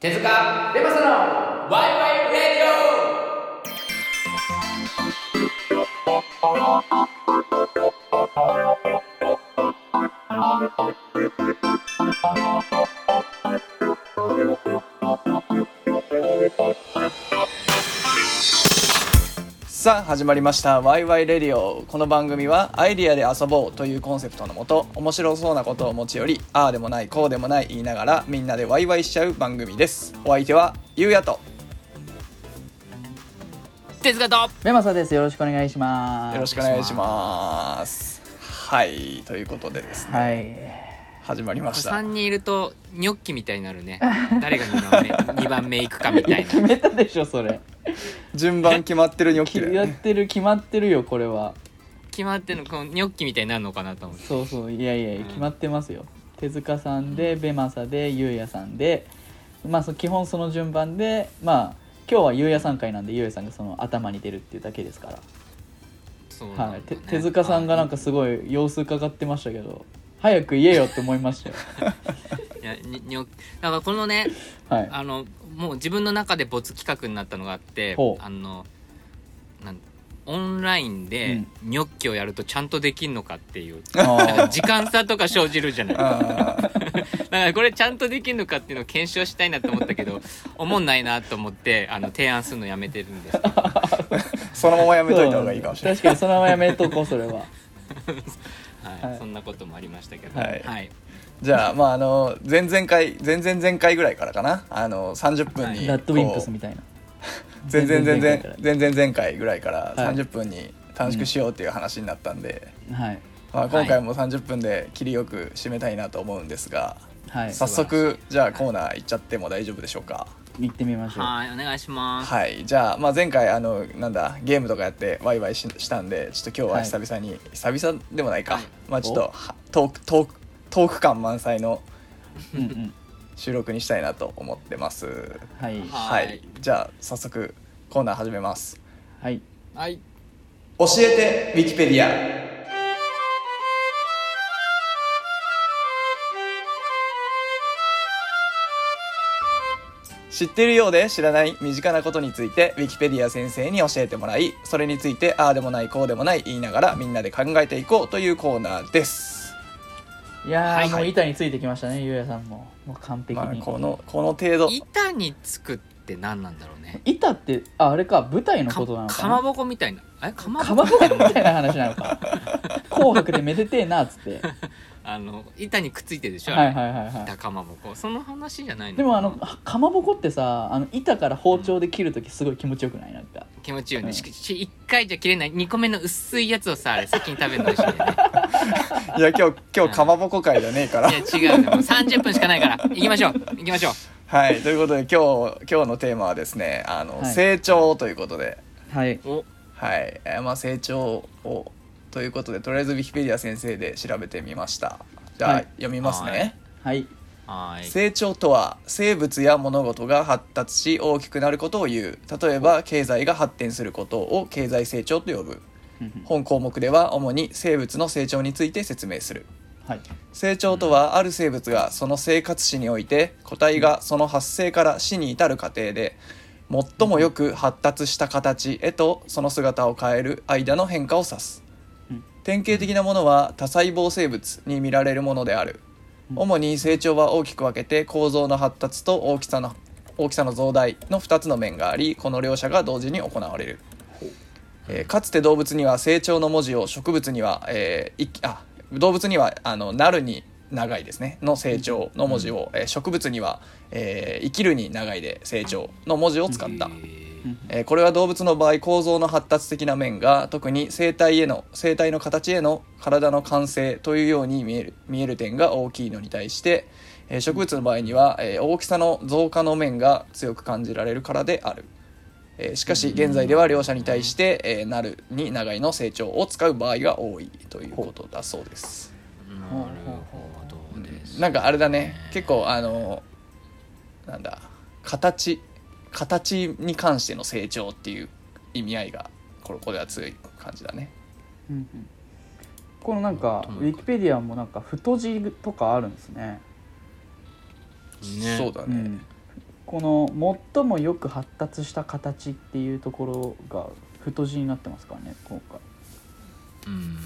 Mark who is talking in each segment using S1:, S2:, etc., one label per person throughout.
S1: 手塚レマサのワイワイレディ
S2: さあ始まりました「ワイワイレディオ」この番組は「アイディアで遊ぼう」というコンセプトのもと面白そうなことを持ち寄りああでもないこうでもない言いながらみんなでワイワイしちゃう番組ですお相手はゆうやと
S1: オ手塚と
S3: メマサです。よろしくお願いします。
S2: よろしくお願いしますはいということでですね
S3: はい。
S2: 始まりました
S1: 3人いるとニョッキみたいになるね誰が2番目 二番目いくかみたいな
S3: 決めたでし ょそれ。
S2: 順番決まってるに起き
S3: 決
S2: る
S3: まってる決まってるよこれは。
S1: 決まってんのこのニョッキみたいになるのかなと思って
S3: そうそういやいやいや決まってますよ。手塚さんでベマサでゆうやさんで、まあそ基本その順番でまあ今日はゆうやさん会なんでゆうやさんがその頭に出るっていうだけですか
S1: そうなんだ
S3: ら。
S1: ね
S3: はい。て手塚さんがなんかすごい様子伺ってましたけど、早く言えよって思いま したよ。
S1: いやににょだからこのね
S3: はい。
S1: あのもう自分の中で没企画になったのがあって
S3: ほう
S1: あのなんオンラインでニョッキをやるとちゃんとできんのかっていう、なんか
S3: あ
S1: 時間差とか生じるじゃない だか
S2: あー
S1: らこれちゃんとできんのかっていうのを検証したいなと思ったけど思んないなと思ってあの提案するのやめてるんですけど
S2: そのままや
S3: ー
S2: めといた方がいいかもしれない
S3: 確かにそのままやめとこうそ れは。
S1: はい
S3: はい
S1: そんなこともありましたけど
S2: はい
S1: はい
S2: じゃあまああの前々回前々前回ぐらいからかなあの30分に
S3: ラッドウィンプス
S2: こう
S3: みたいな。
S2: 全然全
S3: 前々前
S2: 然
S3: 々回
S2: 全然前回ぐらいから
S3: はい
S2: 30分に短縮しようっていう話になったんで、
S3: はい。
S2: まあ、
S1: はい
S2: 今回も30分で切りよく締めたいなと思うんですが、
S3: はい。
S2: 早
S1: 素晴ら
S2: 速
S1: しい
S2: じゃあコーナー行っちゃっても大丈夫でしょうか
S3: 行ってみましょう。
S1: はいお願いします
S2: はいじゃあ,、まあ前回あのなんだゲームとかやってワイワイししたんでちょっと今日は
S3: はい
S2: 久々に、久々でもないか、
S1: はい
S2: まあちょっとはトークトークトーク感満載の
S3: うんうん。
S2: 収録にしたいなと思ってます
S3: は
S1: は
S3: い。
S1: い
S2: はい、じゃあ早速コーナー始めます
S3: はい。
S1: はい
S2: 教えてウィキペディア知っているようで知らない身近なことについてウィキペディア先生に教えてもらいそれについてああでもないこうでもない言いながらみんなで考えていこうというコーナーです、
S3: いやー、
S1: はい
S3: もう板についてきましたね、ゆうやさんも。もう完璧
S2: まあ、
S3: に。
S2: このこの程度
S1: 板につくって何なんだろうね
S3: 板って、あ、あれか、舞台の
S1: か
S3: ことなの
S1: か
S3: か
S1: ま
S3: な。
S1: ぼこみたいなえかまぼ
S3: か
S1: こ
S3: まぼこみたいな話なのか。紅白でめでてえなっ つって。
S1: あの板にくっついてるでしょ、あ
S3: は
S1: れ
S3: いはいはいは
S1: 板かまぼこその話じゃない
S3: い。
S1: の
S3: でもあのかまぼこってさあの板から包丁で切るときすごい気持ちよくないなんか
S1: 気持ちいいよね、
S3: うん
S1: しし一回じゃ切れない二個目の薄いやつをさあれ先に食べるの美味しいよね
S2: いや今日今日かまぼこ会じゃねえから
S1: いや違うね もう30分しかないから行きましょう行きましょう
S2: はいということで今日今日のテーマはですねあの、
S3: はい
S2: 成長ということで
S3: はい
S1: お
S2: はい、えーまあ、成長をということでとりあえずウィキペディア先生で調べてみましたじゃあ、
S3: はい
S2: 読みますね、
S1: はい
S3: はい
S1: はーい
S2: 成長とは生物や物事が発達し大きくなることを言う例えば経済が発展することを経済成長と呼ぶ
S3: うんうん
S2: 本項目では主に生物の成長について説明する
S3: はい
S2: 成長とはある生物がその生活史において個体がその発生から死に至る過程で最もよく発達した形へとその姿を変える間の変化を指す
S3: うん
S2: 典型的なものは多細胞生物に見られるものである
S3: うん
S2: 主に成長は大きく分けて構造の発達と大きさの大きさの増大の2つの面がありこの両者が同時に行われるえーかつて動物には成長の文字を植物には、えーいあ動物にはあのなるに長いですねの成長の文字を、えー植物には、えー生きるに長いで成長の文字を使った
S1: え、ー
S3: うん
S2: えーこれは動物の場合構造の発達的な面が特に生体への生体の形への体の完成というように見える見える点が大きいのに対して、えー植物の場合には、えー大きさの増加の面が強く感じられるからである、えーしかし現在では両者に対して、えーなるに長いの成長を使う場合が多いということだそうです
S1: なるほどです
S2: なんかあれだね結構あのなんだ形形に関しての成長っていう意味合いがこれここでは強い感じだね
S3: うんうんこのなんか
S1: うん
S3: ウィキペディアもなんか太字とかあるんですね
S1: ね
S2: そうだ
S3: う
S2: ね、
S3: んこの最もよく発達した形っていうところが太字になってますからね今回
S1: うん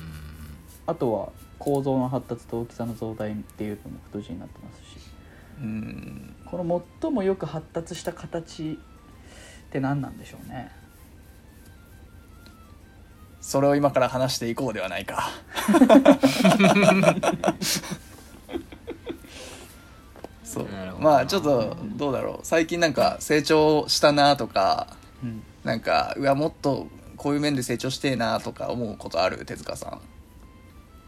S3: あとは構造の発達と大きさの増大っていうのも太字になってますし
S2: うん
S3: この最もよく発達した形って何なんでしょうね
S2: それを今から話していこうではない かそう
S1: なるほど
S2: まあちょっとどうだろう最近なんか成長したなとか
S3: うん
S2: なんかうわもっとこういう面で成長してえなとか思うことある手塚さん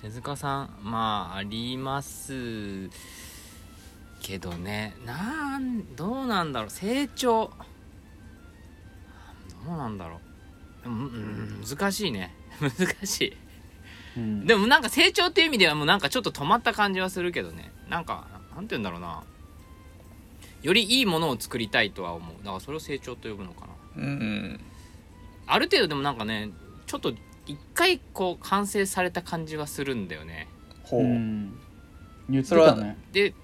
S1: 手塚さんまあありますけどねなんどうなんだろう成長どうなんだろうでもうん難しいね 難しい
S3: うん
S1: でもなんか成長っていう意味ではもうなんかちょっと止まった感じはするけどねなんかなんて言うんだろうなよりいいものを作りたいとは思うだからそれを成長と呼ぶのかな
S2: うん
S1: ある程度でもなんかねちょっと一回こう完成された感じはするんだよね
S2: ほう、
S3: うん言ってた
S2: それ
S3: ね
S1: で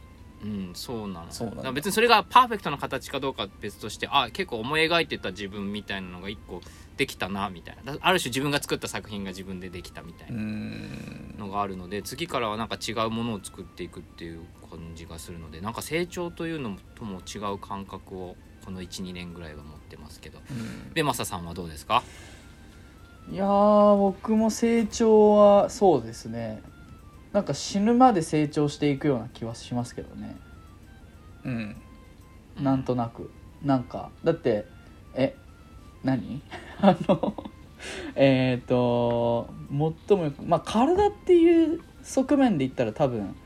S1: うんそうなの
S2: そうなんだ
S1: だから別にそれがパーフェクトな形かどうかは別としてあ結構思い描いてた自分みたいなのが一個できたなみたいなだある種自分が作った作品が自分でできたみたいうなんのがあるので次からはなんか違うものを作っていくっていう感じがするのでなんか成長というのとも違う感覚をこの12年ぐらいは持ってますけど
S2: うん
S1: ベマサさんはどうですか
S3: いやー僕も成長はそうですねなんか死ぬまで成長していくような気はしますけどね
S2: うん
S3: なんとなくなんかだってえ何 あのえっ、と最もよくまあ体っていう側面で言ったら多分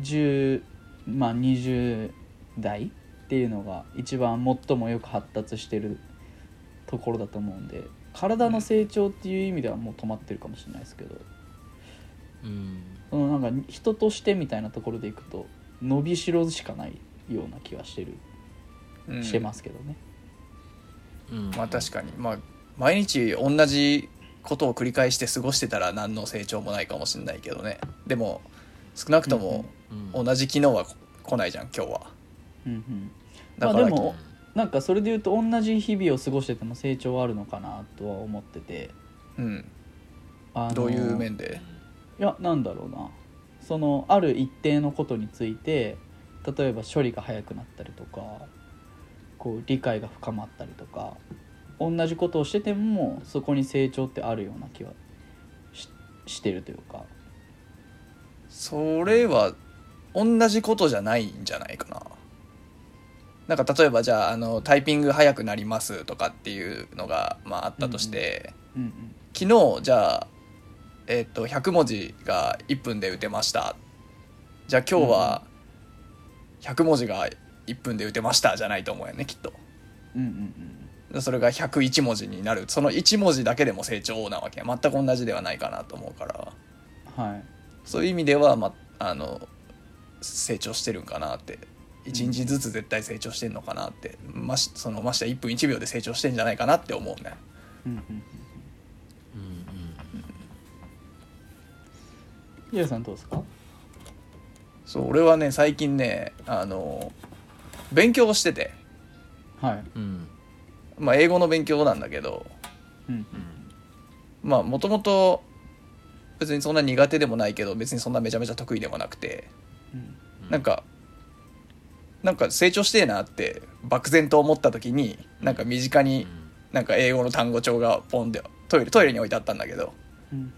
S3: 10まあ20代っていうのが一番最もよく発達してるところだと思うんで体の成長っていう意味ではもう止まってるかもしれないですけど、
S1: うん
S3: そのなんか人としてみたいなところでいくと伸びしろしかないような気はしてる
S2: うん
S3: してますけどね、
S1: うん
S2: まあ確かにまあ毎日同じことを繰り返して過ごしてたら何の成長もないかもしれないけどねでも少なくとも
S1: うん
S2: 同じ昨日はこ来ないじゃん今日は
S3: うんうん
S2: だか
S3: まあ
S2: ら、
S3: でもなんかそれで言うと同じ日々を過ごしてても成長はあるのかなとは思ってて
S2: うん、
S3: あの
S2: どういう面で
S3: いやなんだろうなそのある一定のことについて例えば処理が早くなったりとかこう理解が深まったりとか同じことをしててもそこに成長ってあるような気はししてるというか
S2: それは同じことじゃないんじゃないかななんか例えばじゃああのタイピング早くなりますとかっていうのが、まあ、あったとして、
S3: うんうん
S2: 昨日じゃあ、えっと100文字が1分で打てましたじゃあ今日は100文字が1分で打てましたじゃないと思うよねきっと
S3: うんうんうん
S2: それが101文字になるその1文字だけでも成長なわけ全く同じではないかなと思うから
S3: はい
S2: そういう意味では、ま、あの成長してるんかなって1日ずつ絶対成長してんのかなってましそのまして1分1秒で成長してんじゃないかなって思うね
S3: うんうん
S1: うんうん
S3: ゆうさんどうですか
S2: そう俺はね最近ねあの勉強をしてて
S3: はい
S1: うん
S2: まあ、英語の勉強なんだけど
S3: うん
S2: まあもともと別にそんな苦手でもないけど別にそんなめちゃめちゃ得意でもなくて
S3: うん
S2: なんかなんか成長してえなって漠然と思った時になんか身近
S1: う
S2: に
S1: ん
S2: なんか英語の単語帳がポンでトイレトイレに置いてあったんだけど
S3: うん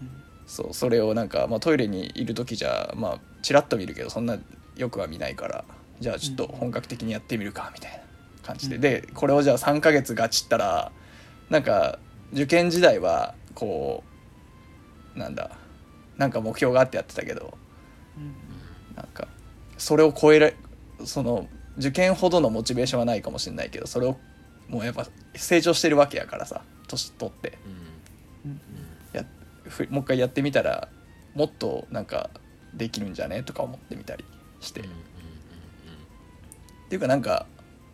S2: そうそれをなんか、まあ、トイレにいる時じゃまあチラッと見るけどそんなよくは見ないからじゃあちょっと本格的にやってみるかみたいな感じで、
S3: うん
S2: でこれをじゃあ3ヶ月ガチったらなんか受験時代はこうなんだなんか目標があってやってたけど
S3: うん
S2: なんかそれを超えらその受験ほどのモチベーションはないかもしれないけどそれをもうやっぱ成長してるわけやからさ年取って。
S3: うん
S2: やふもう一回やってみたらもっとなんかできるんじゃねとか思ってみたりして、っていうかなんか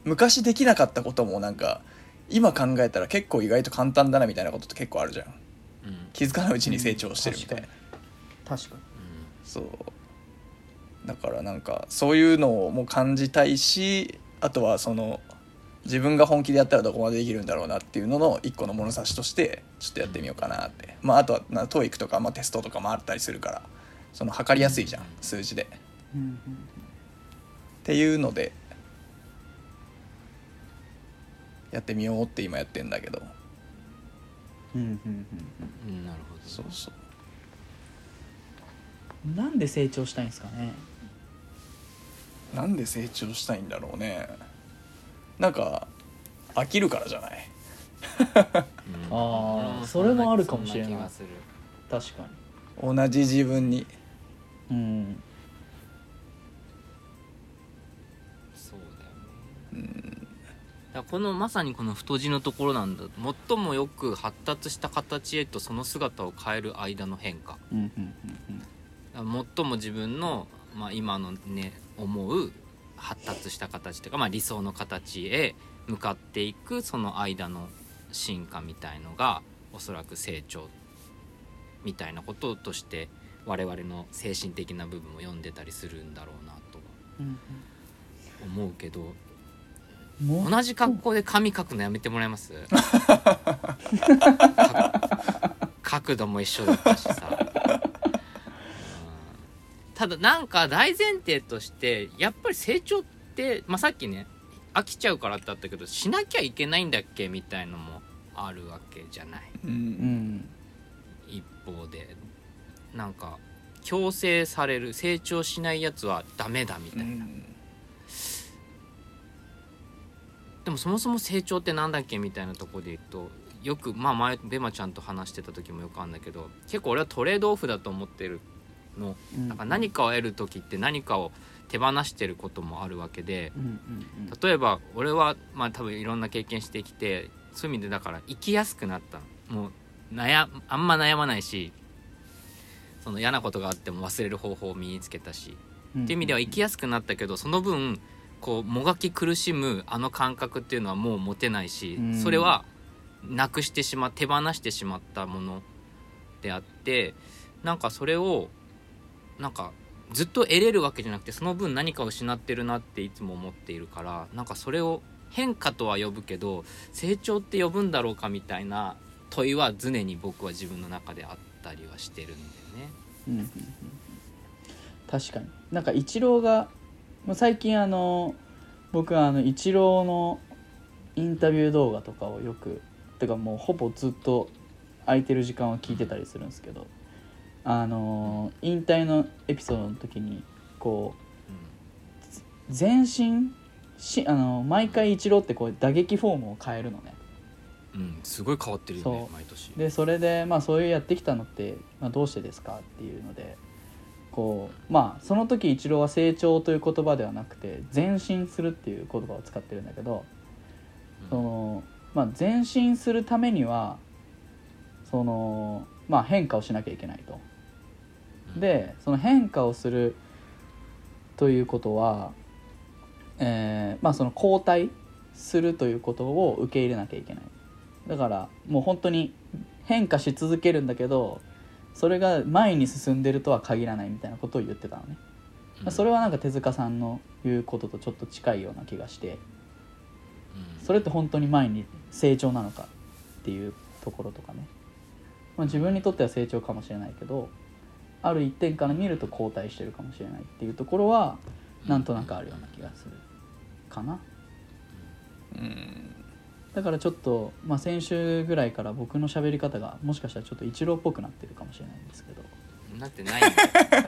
S2: 昔できなかったこともなんか今考えたら結構意外と簡単だなみたいなことって結構あるじゃん気づかないうちに成長してるみたいな、
S3: 確かに
S2: そうだからなんかそういうのをもう感じたいしあとはその自分が本気でやったらどこまでできるんだろうなっていうのの一個の物差しとしてちょっとやってみようかなって、まあ、あとはな TOEIC とか、まあ、テストとかもあったりするからその測りやすいじゃん数字で。
S3: うん
S2: っていうのでやってみようって今やってんだけど
S3: うんうんうん
S1: うん、なるほど
S2: そうそう
S3: うんなんで成長したいんですかね
S2: なんで成長したいんだろうねなんか飽きるからじゃない
S1: うん
S3: あー
S1: うん
S3: それもあるかもしれない
S1: そん気がする
S3: 確か
S2: 同じ自分に
S3: にうん
S1: そうだよねだからこのまさにこの太字のところなんだ最もよく発達した形へとその姿を変える間の変化
S3: うんうん
S1: だから最も自分の、まあ、今のね思う発達した形というか、まあ、理想の形へ向かっていくその間の進化みたいのがおそらく成長みたいなこととして我々の精神的な部分を読んでたりするんだろうなとは
S3: うん
S1: 思うけど
S3: うんも
S1: 同じ格好で紙書くのやめてもらえます角度も一緒だったしさ、うんただなんか大前提としてやっぱり成長って、まあ、さっきね飽きちゃうからってあったけどしなきゃいけないんだっけみたいのもあるわけじゃない
S3: うん
S1: 一方でなんか強制される成長しないやつはダメだみたいな。でもそもそも成長ってなんだっけみたいなところで言うとよくまあ前ベマちゃんと話してた時もよくあるんだけど結構俺はトレードオフだと思ってるの
S3: うん
S1: なんか何かを得る時って何かを手放してることもあるわけで
S3: うんうん
S1: 例えば俺はまあ多分いろんな経験してきてそういう意味でだから生きやすくなったのもう悩あんま悩まないしその嫌なことがあっても忘れる方法を身につけたし
S3: うん
S1: っていう意味では生きやすくなったけどその分こうもがき苦しむあの感覚っていうのはもう持てないし
S3: うん
S1: それはなくしてしま手放してしまったものであってなんかそれをなんかずっと得れるわけじゃなくてその分何かを失ってるなっていつも思っているからなんかそれを変化とは呼ぶけど成長って呼ぶんだろうかみたいな問いは常に僕は自分の中であったりはしてるんだよね。
S3: うんうんうんうん確かになんかイチローがまあ最近あの僕はあのイチローのインタビュー動画とかをよくてかもうほぼずっと空いてる時間は聞いてたりするんですけどあのー引退のエピソードの時にこう全身しあの毎回イチローってこう打撃フォームを変えるのね
S1: うん、うん、すごい変わってるよね
S3: そう
S1: 毎年。
S3: でそれでまあそういうやってきたのって、まあ、どうしてですかっていうのでこうまあその時イチローは成長という言葉ではなくて前進するっていう言葉を使ってるんだけどその、まあ、前進するためにはその、まあ、変化をしなきゃいけないと。でその変化をするということは、えーまあ、その交代するということを受け入れなきゃいけないだからもう本当に変化し続けるんだけどそれが前に進んでるとは限らないみたいなことを言ってたのね、
S1: うん
S3: それはなんか手塚さんの言うこととちょっと近いような気がして
S1: うん
S3: それって本当に前に成長なのかっていうところとかね、まあ、自分にとっては成長かもしれないけどある一点から見ると後退してるかもしれないっていうところはなんとなくあるような気がするかな
S2: うん
S3: だからちょっと、まあ、先週ぐらいから僕の喋り方がもしかしたらちょっと一郎っぽくなってるかもしれないんですけど
S1: なってないんだよ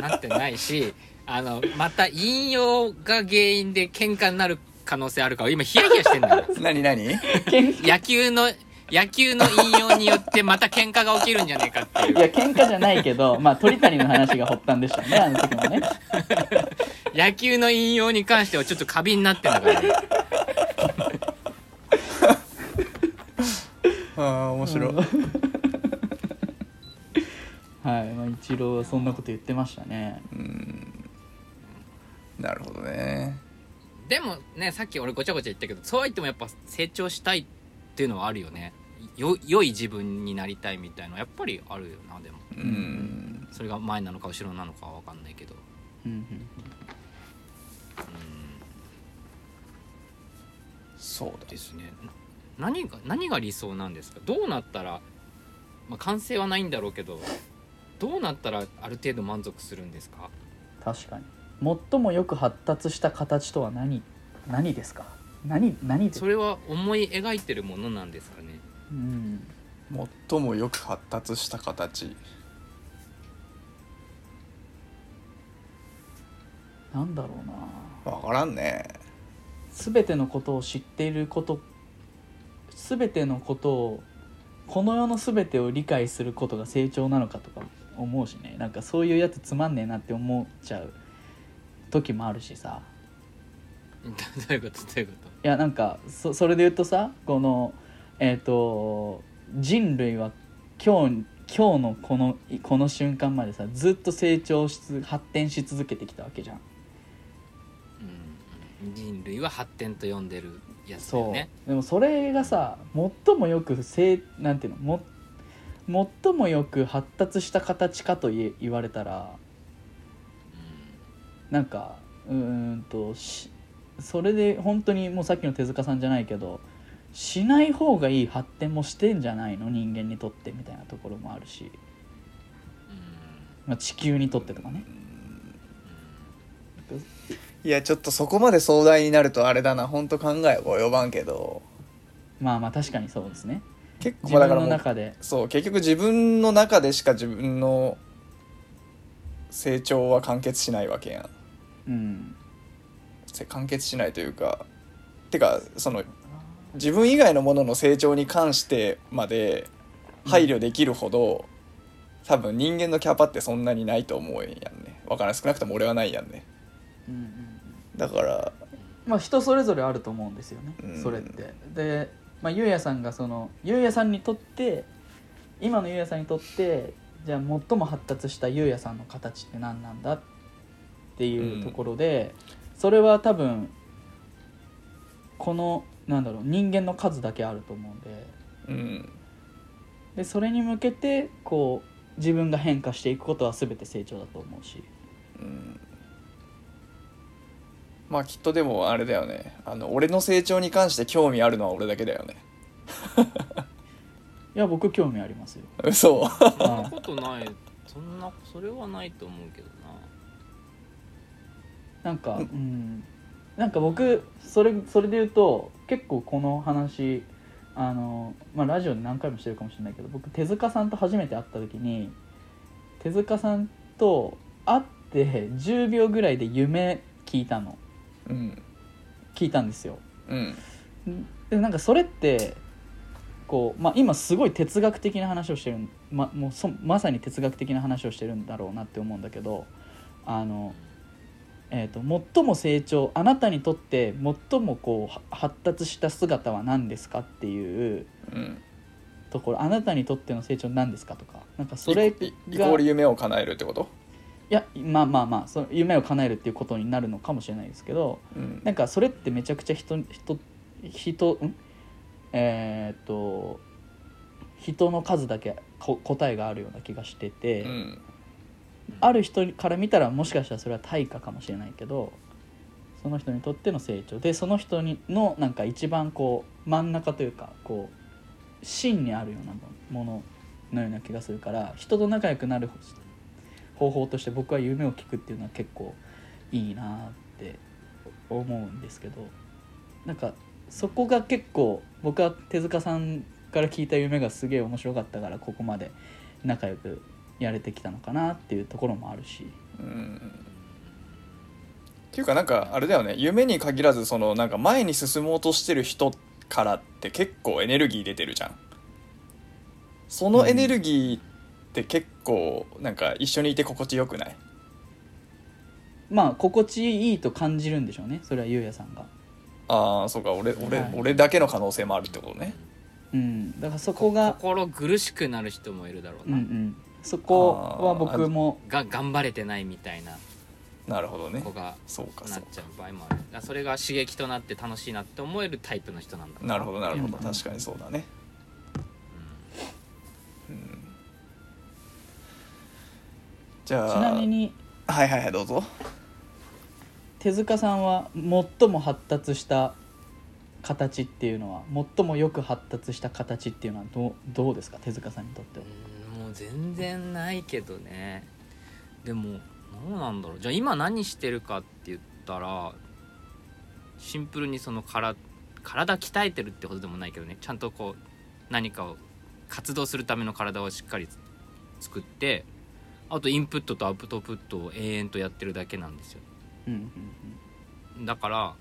S1: なってないしあのまた引用が原因で喧嘩になる可能性あるから今ヒヤヒヤしてんだ よ
S2: 何 何
S1: 野球の野球の引用によってまた喧嘩が起きるんじゃねえかってい
S3: いや
S1: う
S3: 喧嘩じゃない けど、まあ、鳥谷の話が発端でしたねあの時もね
S1: 野球の引用に関してはちょっと過敏になってんだから、ね、
S2: ああ面白い、
S3: はい、まあ、一郎はそんなこと言ってましたね
S2: なるほどね
S1: でもねさっき俺ごちゃごちゃ言ったけどそうは言ってもやっぱ成長したいっていうのはあるよねよ良い自分になりたいみたいなやっぱりあるよなでも
S2: うん
S1: それが前なのか後ろなのかは分かんないけど
S3: うんうん
S2: そう
S1: うん
S2: だ
S1: ですね何が何が理想なんですかどうなったら、まあ、完成はないんだろうけどどうなったらある程度満足するんですか
S3: 確かに最もよく発達した形とは何何ですか何何で
S1: それは思い描いてるものなんですかね
S3: うん
S2: 最もよく発達した形
S3: なんだろうな
S2: わからんね
S3: 全てのことを知っていること全てのことをこの世の全てを理解することが成長なのかとか思うしねなんかそういうやつつまんねえなって思っちゃう時もあるしさ
S1: どういうことどういうこと
S3: いやなんかそそれで言うとさこのえっ、と人類は今日今日のこのこの瞬間までさずっと成長しつ発展し続けてきたわけじゃん。
S1: うんうん人類は発展と呼んでるやつだよ
S3: そう、
S1: ね
S3: でもそれがさ最もよくせいなんていうのも最もよく発達した形かと言え言われたらなんかうーんとしそれで本当にもうさっきの手塚さんじゃないけどしない方がいい発展もしてんじゃないの人間にとってみたいなところもあるし、
S1: うん
S3: まあ、地球にとってとかね
S2: いやちょっとそこまで壮大になるとあれだな本当考え及ばんけど
S3: まあまあ確かにそうですね
S2: 結構
S3: 自
S2: まあだ
S3: 分
S2: から
S3: の
S2: もう
S3: 中で
S2: そう結局自分の中でしか自分の成長は完結しないわけやん
S3: うん
S2: せ完結しないというかてかその自分以外のものの成長に関してまで配慮できるほど、多分人間のキャパってそんなにないと思うんやんねわからん少なくとも俺はないやんね
S3: うんうん
S2: だから
S3: まあ、人それぞれあると思うんですよね、
S2: うん
S3: それって。で、まあ、ゆうやさんがそのゆうやさんにとって今のゆうやさんにとってじゃあ最も発達したゆうやさんの形って何なんだっていうところで、それは多分このなんだろう人間の数だけあると思うんで
S2: うん
S3: でそれに向けてこう自分が変化していくことは全て成長だと思うし。
S2: うんまあきっとでもあれだよねあの俺の成長に関して興味あるのは俺だけだよね
S3: いや僕興味ありますよ。
S2: 嘘
S1: そんなことないそんなそれはないと思うけどな
S3: なんか、うん、なんか僕それそれで言うと結構この話あの、まあ、ラジオで何回もしてるかもしれないけど僕手塚さんと初めて会った時に手塚さんと会って10秒ぐらいで夢聞いたの
S2: うん
S3: 聞いたんですよ。
S2: うん
S3: でなんかそれってこう、まあ、今すごい哲学的な話をしてるん、ま、もうそまさに哲学的な話をしてるんだろうなって思うんだけどあの、えー、と最も成長あなたにとって最もこうは発達した姿は何ですかっていう
S2: うん
S3: ところあなたにとっての成長何ですかとかなんかそれが
S2: イコイコール夢を叶えるってこと
S3: いやまあまあまあその夢を叶えるっていうことになるのかもしれないですけど
S2: うん
S3: なんかそれってめちゃくちゃ人人人んえーっと人の数だけこ答えがあるような気がしてて、
S2: うん
S3: ある人から見たらもしかしたらそれは対価かもしれないけどその人にとっての成長でその人にのなんか一番こう真ん中というかこう芯にあるようなももののような気がするから人と仲良くなる方法として僕は夢を聞くっていうのは結構いいなって思うんですけどなんかそこが結構僕は手塚さんから聞いた夢がすげえ面白かったからここまで仲良くやれてきたのかなっていうところもあるし
S2: うんっていうかなんかあれだよね夢に限らずそのなんか前に進もうとしてる人からって結構エネルギー出てるじゃんそのエネルギーって結構なんか一緒にいて心地よくない
S3: まあ心地いいと感じるんでしょうねそれはゆうやさんが
S2: ああそうか俺俺、
S3: はい
S2: 俺だけの可能性もあるってことね
S3: うんだからそこが
S1: 心苦しくなる人もいるだろう
S3: うん
S1: な、
S3: うんそこは僕も
S1: が頑張れてないみたいな
S2: なるほどね
S1: 子が
S2: そうか
S1: な
S2: そ
S1: っ
S2: う
S1: ちゃう場合もあるだからそれが刺激となって楽しいなって思えるタイプの人なんだ
S2: なるほどなるほど
S3: うん
S2: 確かにそうだねじ
S3: ち
S2: ゃあ
S3: なみに
S2: はいはいはいどうぞ
S3: 手塚さんは最も発達した形っていうのは最もよく発達した形っていうのはどうどうですか手塚さんにとっては。
S1: うんもう全然ないけどねでも何なんだろうじゃあ今何してるかって言ったらシンプルにそのから体鍛えてるってことでもないけどねちゃんとこう何かを活動するための体をしっかり作ってあとインプットとアウトプットを永遠とやってるだけなんですよ
S3: うんうん
S1: だから、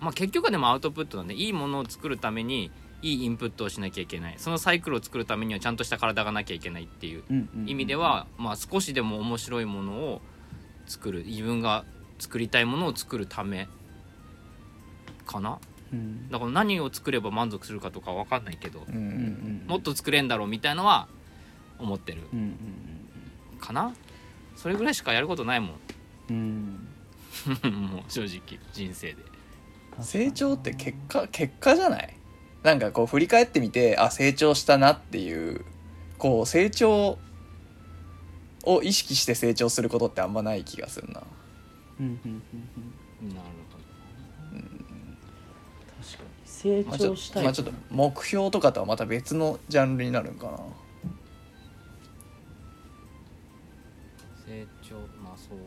S1: まあ、結局はでもアウトプットなんでいいものを作るためにいいインプットをしなきゃいけないそのサイクルを作るためにはちゃんとした体がなきゃいけないっていう
S3: うんうんうん
S1: 意味では、まあ、少しでも面白いものを作る自分が作りたいものを作るためかな
S3: うん
S1: だから何を作れば満足するかとかわかんないけど
S2: うんう
S3: うんう
S2: ん
S3: ん
S1: もっと作れんだろうみたいのは思ってる
S3: うんうん
S1: かなそれぐらいしかやることないも
S3: うんうん
S1: ん もう正直人生で
S2: 成長って結果結果じゃないなんかこう振り返ってみてあ成長したなっていうこう成長を意識して成長することってあんまない気がするな
S3: うんうんうんうん
S1: なる
S3: 確かに成
S2: まあちょ
S3: 長
S2: っ
S3: し
S2: と
S3: たい、
S2: まあちょっと目標とかとはまた別のジャンルになるんかな
S1: ほど成長まあそうだよな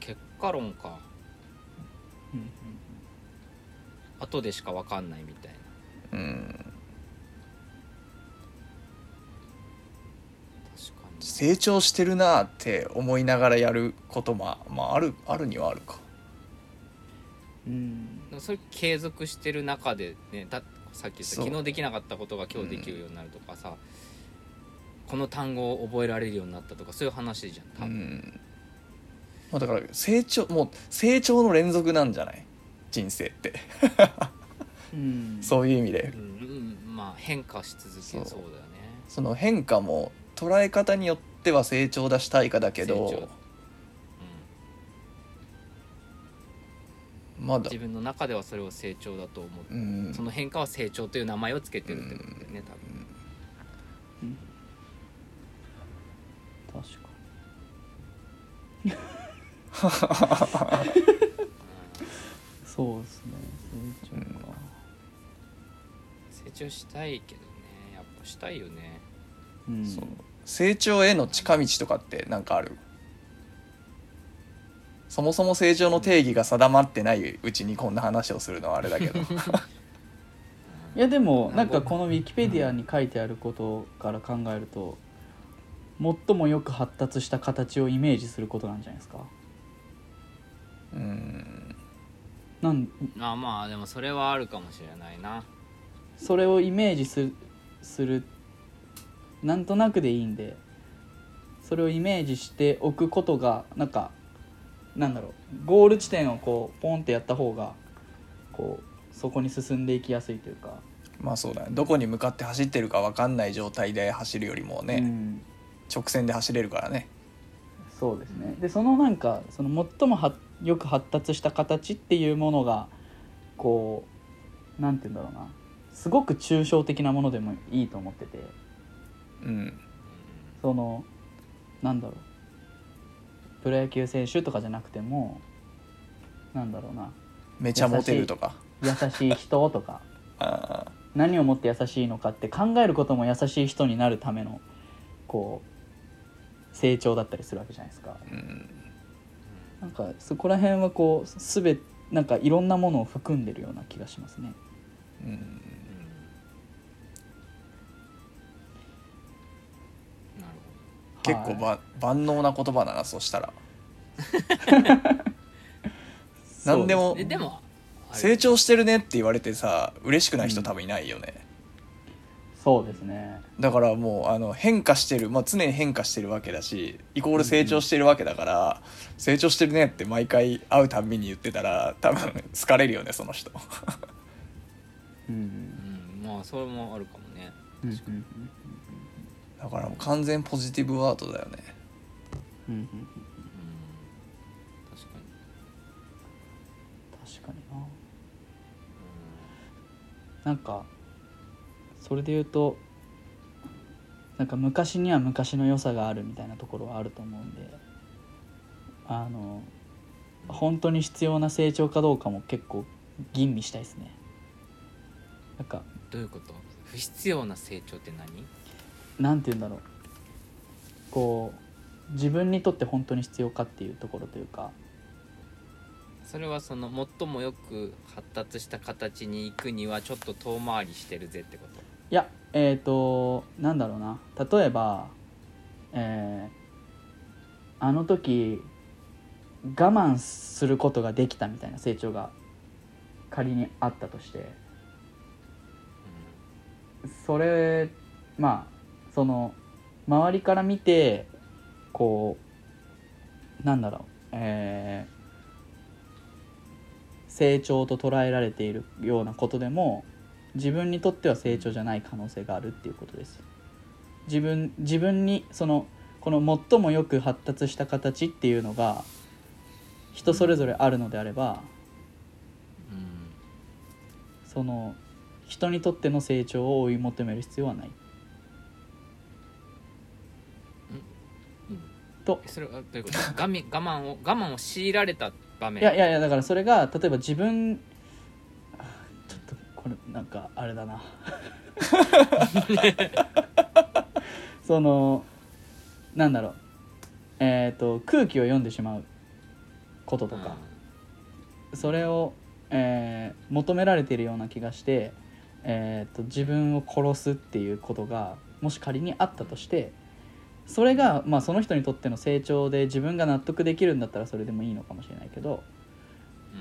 S1: 結果論か
S3: うんうん
S1: 後でしかわかんないみたいな
S2: うん
S1: 確かに
S2: 成長してるなって思いながらやることもまああるあるにはあるか
S3: うん
S1: でもそれ継続してる中でねださっき言った
S2: そう
S1: 昨日できなかったことが今日できるようになるとかさ、この単語を覚えられるようになったとかそういう話じゃん多
S2: う
S1: 分、
S2: んまあだから成長もう成長の連続なんじゃない人生って
S3: うん
S2: そういう意味で
S1: うんうんまあ変化し続け
S2: そ
S1: そううだよね
S2: その変化も捉え方によっては成長だし退化だけ
S1: 成
S2: どま
S1: うん、
S2: だ
S1: 自分の中ではそれを成長だと思って、
S2: うん
S1: その変化は成長という名前をつけてるってことだよね多分
S3: 確かにそうですね成長か、
S1: 成長したいけどねやっぱしたいよね
S3: うん
S2: そう成長への近道とかってなんかあるそもそも成長の定義が定まってないうちにこんな話をするのはあれだけど
S3: いやでもなんかこのウィキペディアに書いてあることから考えると最もよく発達した形をイメージすることなんじゃないですか
S2: うん
S3: なん
S1: あまあでもそれはあるかもしれないな
S3: それをイメージするするなんとなくでいいんでそれをイメージしておくことがなんかなんだろうゴール地点をこうポンってやった方がこうそこに進んでいきやすいというか、
S2: まあそうだねどこに向かって走ってるか分かんない状態で走るよりもね、
S3: うん、
S2: 直線で走れるからね
S3: そうですねでそのなんかその最もはよく発達した形っていうものがこうなんて言うんだろうなすごく抽象的なものでもいいと思ってて。
S2: うん
S3: そのなんだろうプロ野球選手とかじゃなくてもなんだろうな
S2: めちゃモテるとか
S3: 優しい人とか
S2: あー
S3: 何をもって優しいのかって考えることも優しい人になるためのこう成長だったりするわけじゃないですか。
S2: うん
S3: なんかそこら辺はこうすべなんかいろんなものを含んでるような気がしますね。
S2: うん
S1: うんなるほど
S2: 結構
S3: はい
S2: ば万能な言葉だなそした ら
S3: そう
S2: 何でも
S1: えでもあれ
S2: 成長してるねって言われてさ嬉しくない人多分いないよね、
S3: そうですね。
S2: だからもうあの変化してる、まあ、常に変化してるわけだしイコール成長してるわけだから、成長してるねって毎回会うたんびに言ってたら多分好かれるよねその人
S3: う
S1: うんんまあそれもあるかもね
S3: うんうん
S2: だからもう完全ポジティブワードだよ ね
S3: うんうんうん
S1: うん確かに
S3: 確かにな。なんかそれで言うとなんか昔には昔の良さがあるみたいなところはあると思うんであの本当に必要な成長かどうかも結構吟味したいですねなんか
S1: どういうこと不必要な成長って何
S3: なんて言うんだろうこう自分にとって本当に必要かっていうところというか
S1: それはその最もよく発達した形に行くにはちょっと遠回りしてるぜってこと
S3: いやえっ、となんだろうな例えばえーあの時我慢することができたみたいな成長が仮にあったとしてそれまあその周りから見てこうなんだろうえー成長と捉えられているようなことでも自分にとっては成長じゃない可能性があるっていうことです自分自分にそのこの最もよく発達した形っていうのが人それぞれあるのであれば
S1: うん、
S3: その人にとっての成長を追い求める必要はない
S1: うん
S3: と
S1: えそれはどういうこと我慢我慢を我慢を強いられた場面
S3: いやいやいやだからそれが例えば自分あちょっとこれなんかあれだな そのなんだろうえっ、と空気を読んでしまうこととか、それを、えー求められているような気がして、えー、と自分を殺すっていうことがもし仮にあったとしてそれが、まあ、その人にとっての成長で自分が納得できるんだったらそれでもいいのかもしれないけど
S1: うん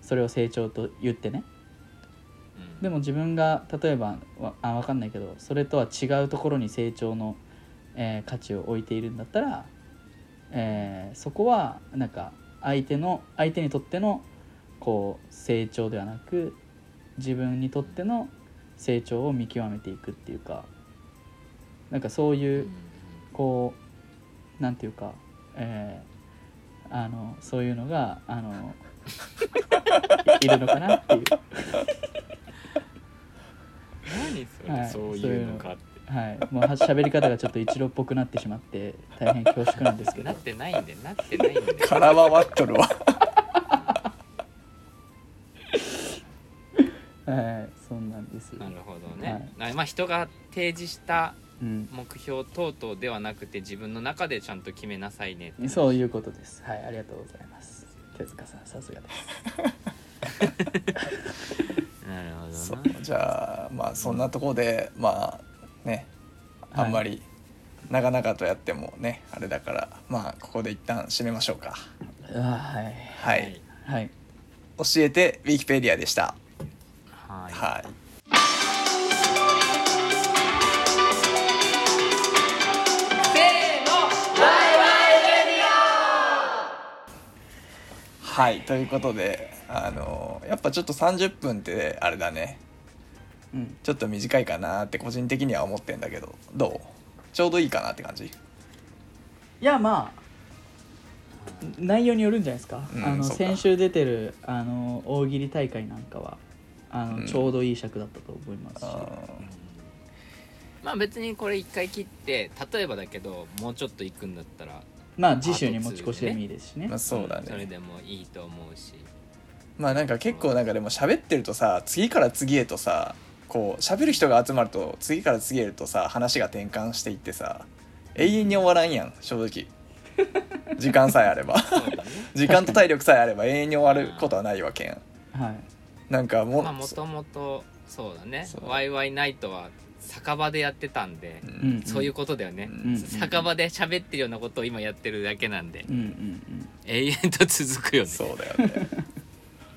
S3: それを成長と言ってね
S1: うん
S3: でも自分が例えばわあ分かんないけどそれとは違うところに成長の、えー価値を置いているんだったら、えーそこはなんか相手の相手にとってのこう成長ではなく自分にとっての成長を見極めていくっていうかなんかそう
S1: う
S3: い
S1: ん
S3: うこうなんていうか、えーあのそういうのがあのいるのかなっていう。
S1: 何それ、
S3: はい
S1: そういうのかって
S3: はい、もうは喋り方がちょっと一郎っぽくなってしまって大変恐縮なんですけ
S1: な
S3: ど
S1: ってないんでなってないんで
S2: 空回っとるわ
S3: はいそんなんです
S1: なるほどね、まあ人が提示した
S3: うん、
S1: 目標等々ではなくて自分の中でちゃんと決めなさいねって
S3: そういうことですはいありがとうございます手塚さんさすがです
S1: なるほど
S2: そう
S1: な
S2: じゃあまあそんなとこでまあねあんまり長々とやってもねあれだからまあここで一旦締めましょうか
S3: あはい
S2: はい、
S1: はい
S3: はい
S2: 教えてウィキペディアでした
S1: はい
S2: はいはいということであのやっぱちょっと30分ってあれだね
S3: うん
S2: ちょっと短いかなって個人的には思ってんだけどどうちょうどいいかなって感じ
S3: いやまあ内容によるんじゃないですか、
S2: うん
S3: あの
S2: そうか
S3: 先週出てるあの大喜利大会なんかはあの、
S2: うん
S3: ちょうどいい尺だったと思いますし
S2: うん
S1: まあ別にこれ一回切って例えばだけどもうちょっと行くんだったら
S3: まあ次週に持ち越しでもいいですしね
S2: まあそうだ
S1: んそれ
S2: ね
S1: でもいいと思うし
S2: まあなんか結構なんかでも喋ってるとさ次から次へとさこう喋る人が集まると次から次へとさ話が転換していってさ永遠に終わらんやん正直時間さえあれば
S1: そうだね
S2: 時間と体力さえあれば永遠に終わることはないわけやん
S3: はい
S2: なんかも,、
S1: まあもともとそうだね
S2: そ
S1: 「
S2: う
S1: ワイワイナイト」は酒場でやってたんで
S2: う、ん
S3: うん
S1: そういうことだよね、
S2: うん
S1: 酒場で喋ってるようなことを今やってるだけなんで、
S3: うん うん
S1: 永遠と続くよね
S2: そうだよね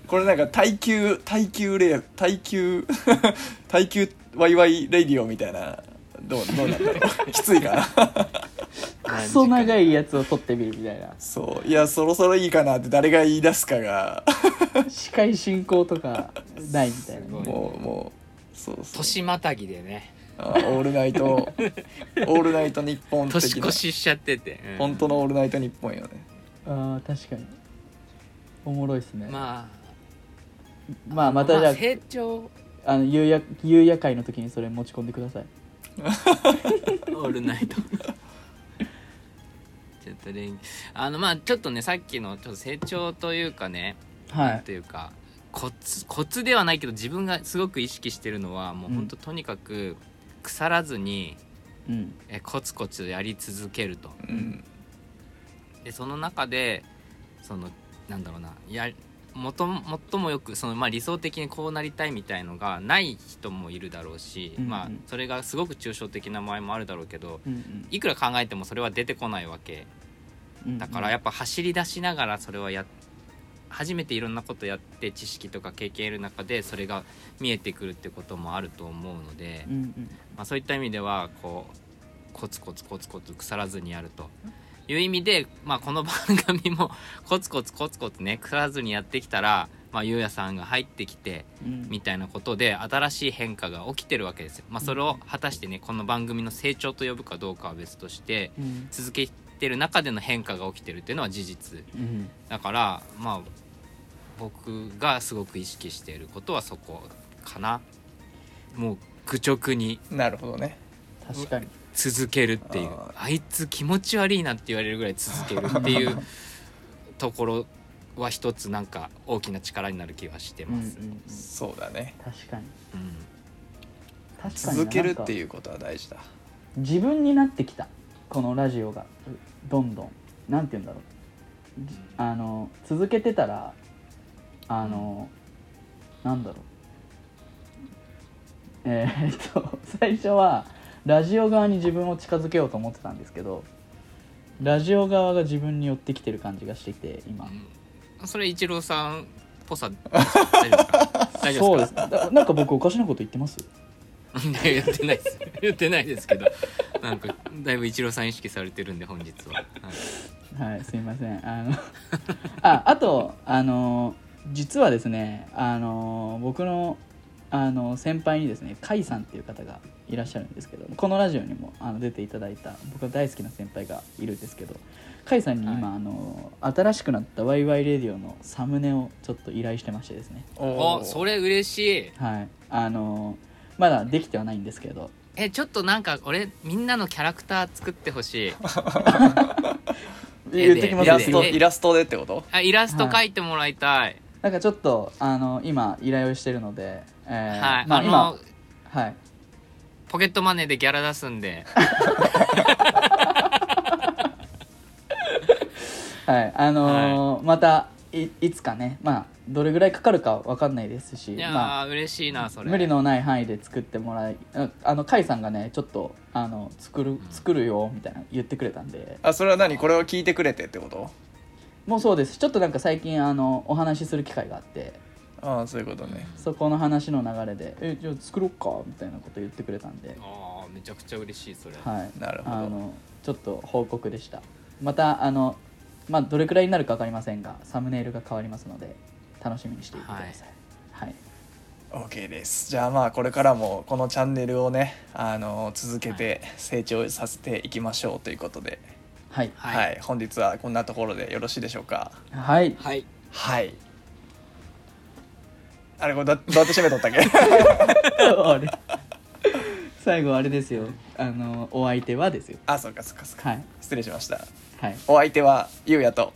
S2: これなんか耐久耐久レー耐久 耐久ワイワイレディオみたいなどうどうなんだろ うきついかな
S3: うんクソ長いやつを取ってみるみたいな
S2: そういやそろそろいいかなって誰が言い出すかが
S3: 司会進行とかないみたいな
S1: すご
S3: ね
S1: い
S2: もうもうそうそう
S1: 年またぎでね
S2: あオールナイトオールナイト日本
S1: 年
S2: 的な
S1: 越ししちゃってて、うん
S2: 本当のオールナイト日本よね
S3: あー確かにおもろいですね、まあ、
S1: ま
S3: ま
S1: あ
S3: たじゃあ,、
S1: 成長
S3: あ、の夕夜夕夜会の時にそれ 持ち込んでください
S1: オールナイトちょっと連あのまあちょっとねさっきのちょっと成長というかね、
S3: はい
S1: というかコツコツではないけど自分がすごく意識してるのはもう
S3: うん
S1: ほんととにかく腐らずに、
S3: うん
S1: えコツコツやり続けると。
S2: うん
S1: でその中でそのなんだろうなやもとも最もよくその、まあ、理想的にこうなりたいみたいのがない人もいるだろうし、
S3: うんうん
S1: まあ、それがすごく抽象的な場合もあるだろうけど
S3: うんうん
S1: いくら考えてもそれは出てこないわけ
S3: うん
S1: だからやっぱ走り出しながらそれはやっ初めていろんなことやって知識とか経験得る中でそれが見えてくるってこともあると思うので
S3: う、ん
S1: まあ、そういった意味ではこうコツコツコツコツ腐らずにやるという意味で、まあ、この番組もコツコツコツコツね腐らずにやってきたら、まあ、ゆうやさんが入ってきて
S3: うんうん
S1: みたいなことで新しい変化が起きてるわけですよ。まあ、それを果たしてねこの番組の成長と呼ぶかどうかは別として
S3: うん
S1: 続けてる中での変化が起きてるっていうのは事実
S3: うん
S1: だからまあ僕がすごく意識していることはそこかな。もう愚直に
S2: なるほどね
S3: 確かに
S1: 続けるっていう
S2: あ
S1: あいつ気持ち悪いなって言われるぐらい続けるっていうところは一つなんか大きな力になる気はして
S3: うんうん
S1: ます。
S3: うん
S2: そうだね
S3: 確かに
S1: うん
S3: 確かに
S2: 続けるって
S3: う
S2: いうことは大事だ
S3: 自分になってきたこのラジオがどんどんなんて言うんだろうじあの続けてたらあの、なんだろうえー、っと最初はラジオ側に自分を近づけようと思ってたんですけどラジオ側が自分に寄ってきてる感じがしてきて今、
S1: うんそれ一郎さんっぽさ大丈夫ですか大丈
S3: そ
S1: 夫
S3: う
S1: で
S3: ですす
S1: か
S3: だなんか僕おかしなこと言ってます
S1: いや言ってない です言ってないですけどなんかだいぶ一郎さん意識されてるんで本日は、はい
S3: はい、すいません。あのあ、あとあの実はですね、あの僕のあの先輩にですね、甲斐さんっていう方がいらっしゃるんですけど、このラジオにもあの出ていただいた僕の大好きな先輩がいるんですけど、甲斐さんに今、
S1: は
S3: あの新しくなったワイワイレディオのサムネをちょっと依頼してましてですね。
S1: おそれ嬉しい
S3: はい、あのまだできてはないんですけど、
S1: えちょっとなんか俺みんなのキャラクター作ってほ しい
S3: 言ってきま
S2: イ
S3: すよ
S2: ラ
S1: 絵で
S2: スト
S1: 絵で
S2: イラストでってこと
S1: あイラスト描いてもらいたい、
S3: なんかちょっとあの今依頼をしてるので、えー
S1: はい、
S3: まあ
S1: あの
S3: 今はい。
S1: ポケットマネーでギャラ出すん で
S3: はい、あのーまたいいつかね、まあ、どれぐらいかかるかわかんないですし、
S1: いやー、
S3: まあ、
S1: 嬉しいなそれ
S3: 無理のない範囲で作ってもらいああの甲斐さんがねちょっとあの作る作るよみたいな言ってくれたんで
S2: あそれは何これを聞いてくれてってこと
S3: もうそうですちょっとなんか最近あのお話しする機会があって
S2: ああそういうことね
S3: そこの話の流れで「えじゃあ作ろうか」みたいなこと言ってくれたんで、
S1: あーめちゃくちゃ嬉しいそれ、
S3: はい、
S2: なるほど
S3: あのちょっと報告でしたまたあの、まあ、どれくらいになるかわかりませんがサムネイルが変わりますので楽しみにしていてください、はい
S2: OK ですじゃあまあこれからもこのチャンネルをねあの続けて成長させていきましょうということで、
S3: はい
S2: はい
S1: はい
S2: 本日はこんなところでよろしいでしょうか
S3: はい。
S1: はい、
S2: はいあれこれどどうやって締めとった っけ
S3: あれ最後あれですよ。あのお相手はですよ。
S2: あそうかそうかそうか
S3: はい
S2: 失礼しました
S3: はい。
S2: お相手はゆうやと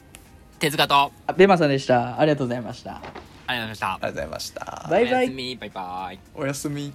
S1: 手塚とあり
S3: あベマさんでした。ありがとうございました。
S1: がとうございました
S2: ありがとうございました
S3: バイ
S1: お
S3: バ
S1: やす
S3: イ。
S1: みバイバイ
S2: おやすみ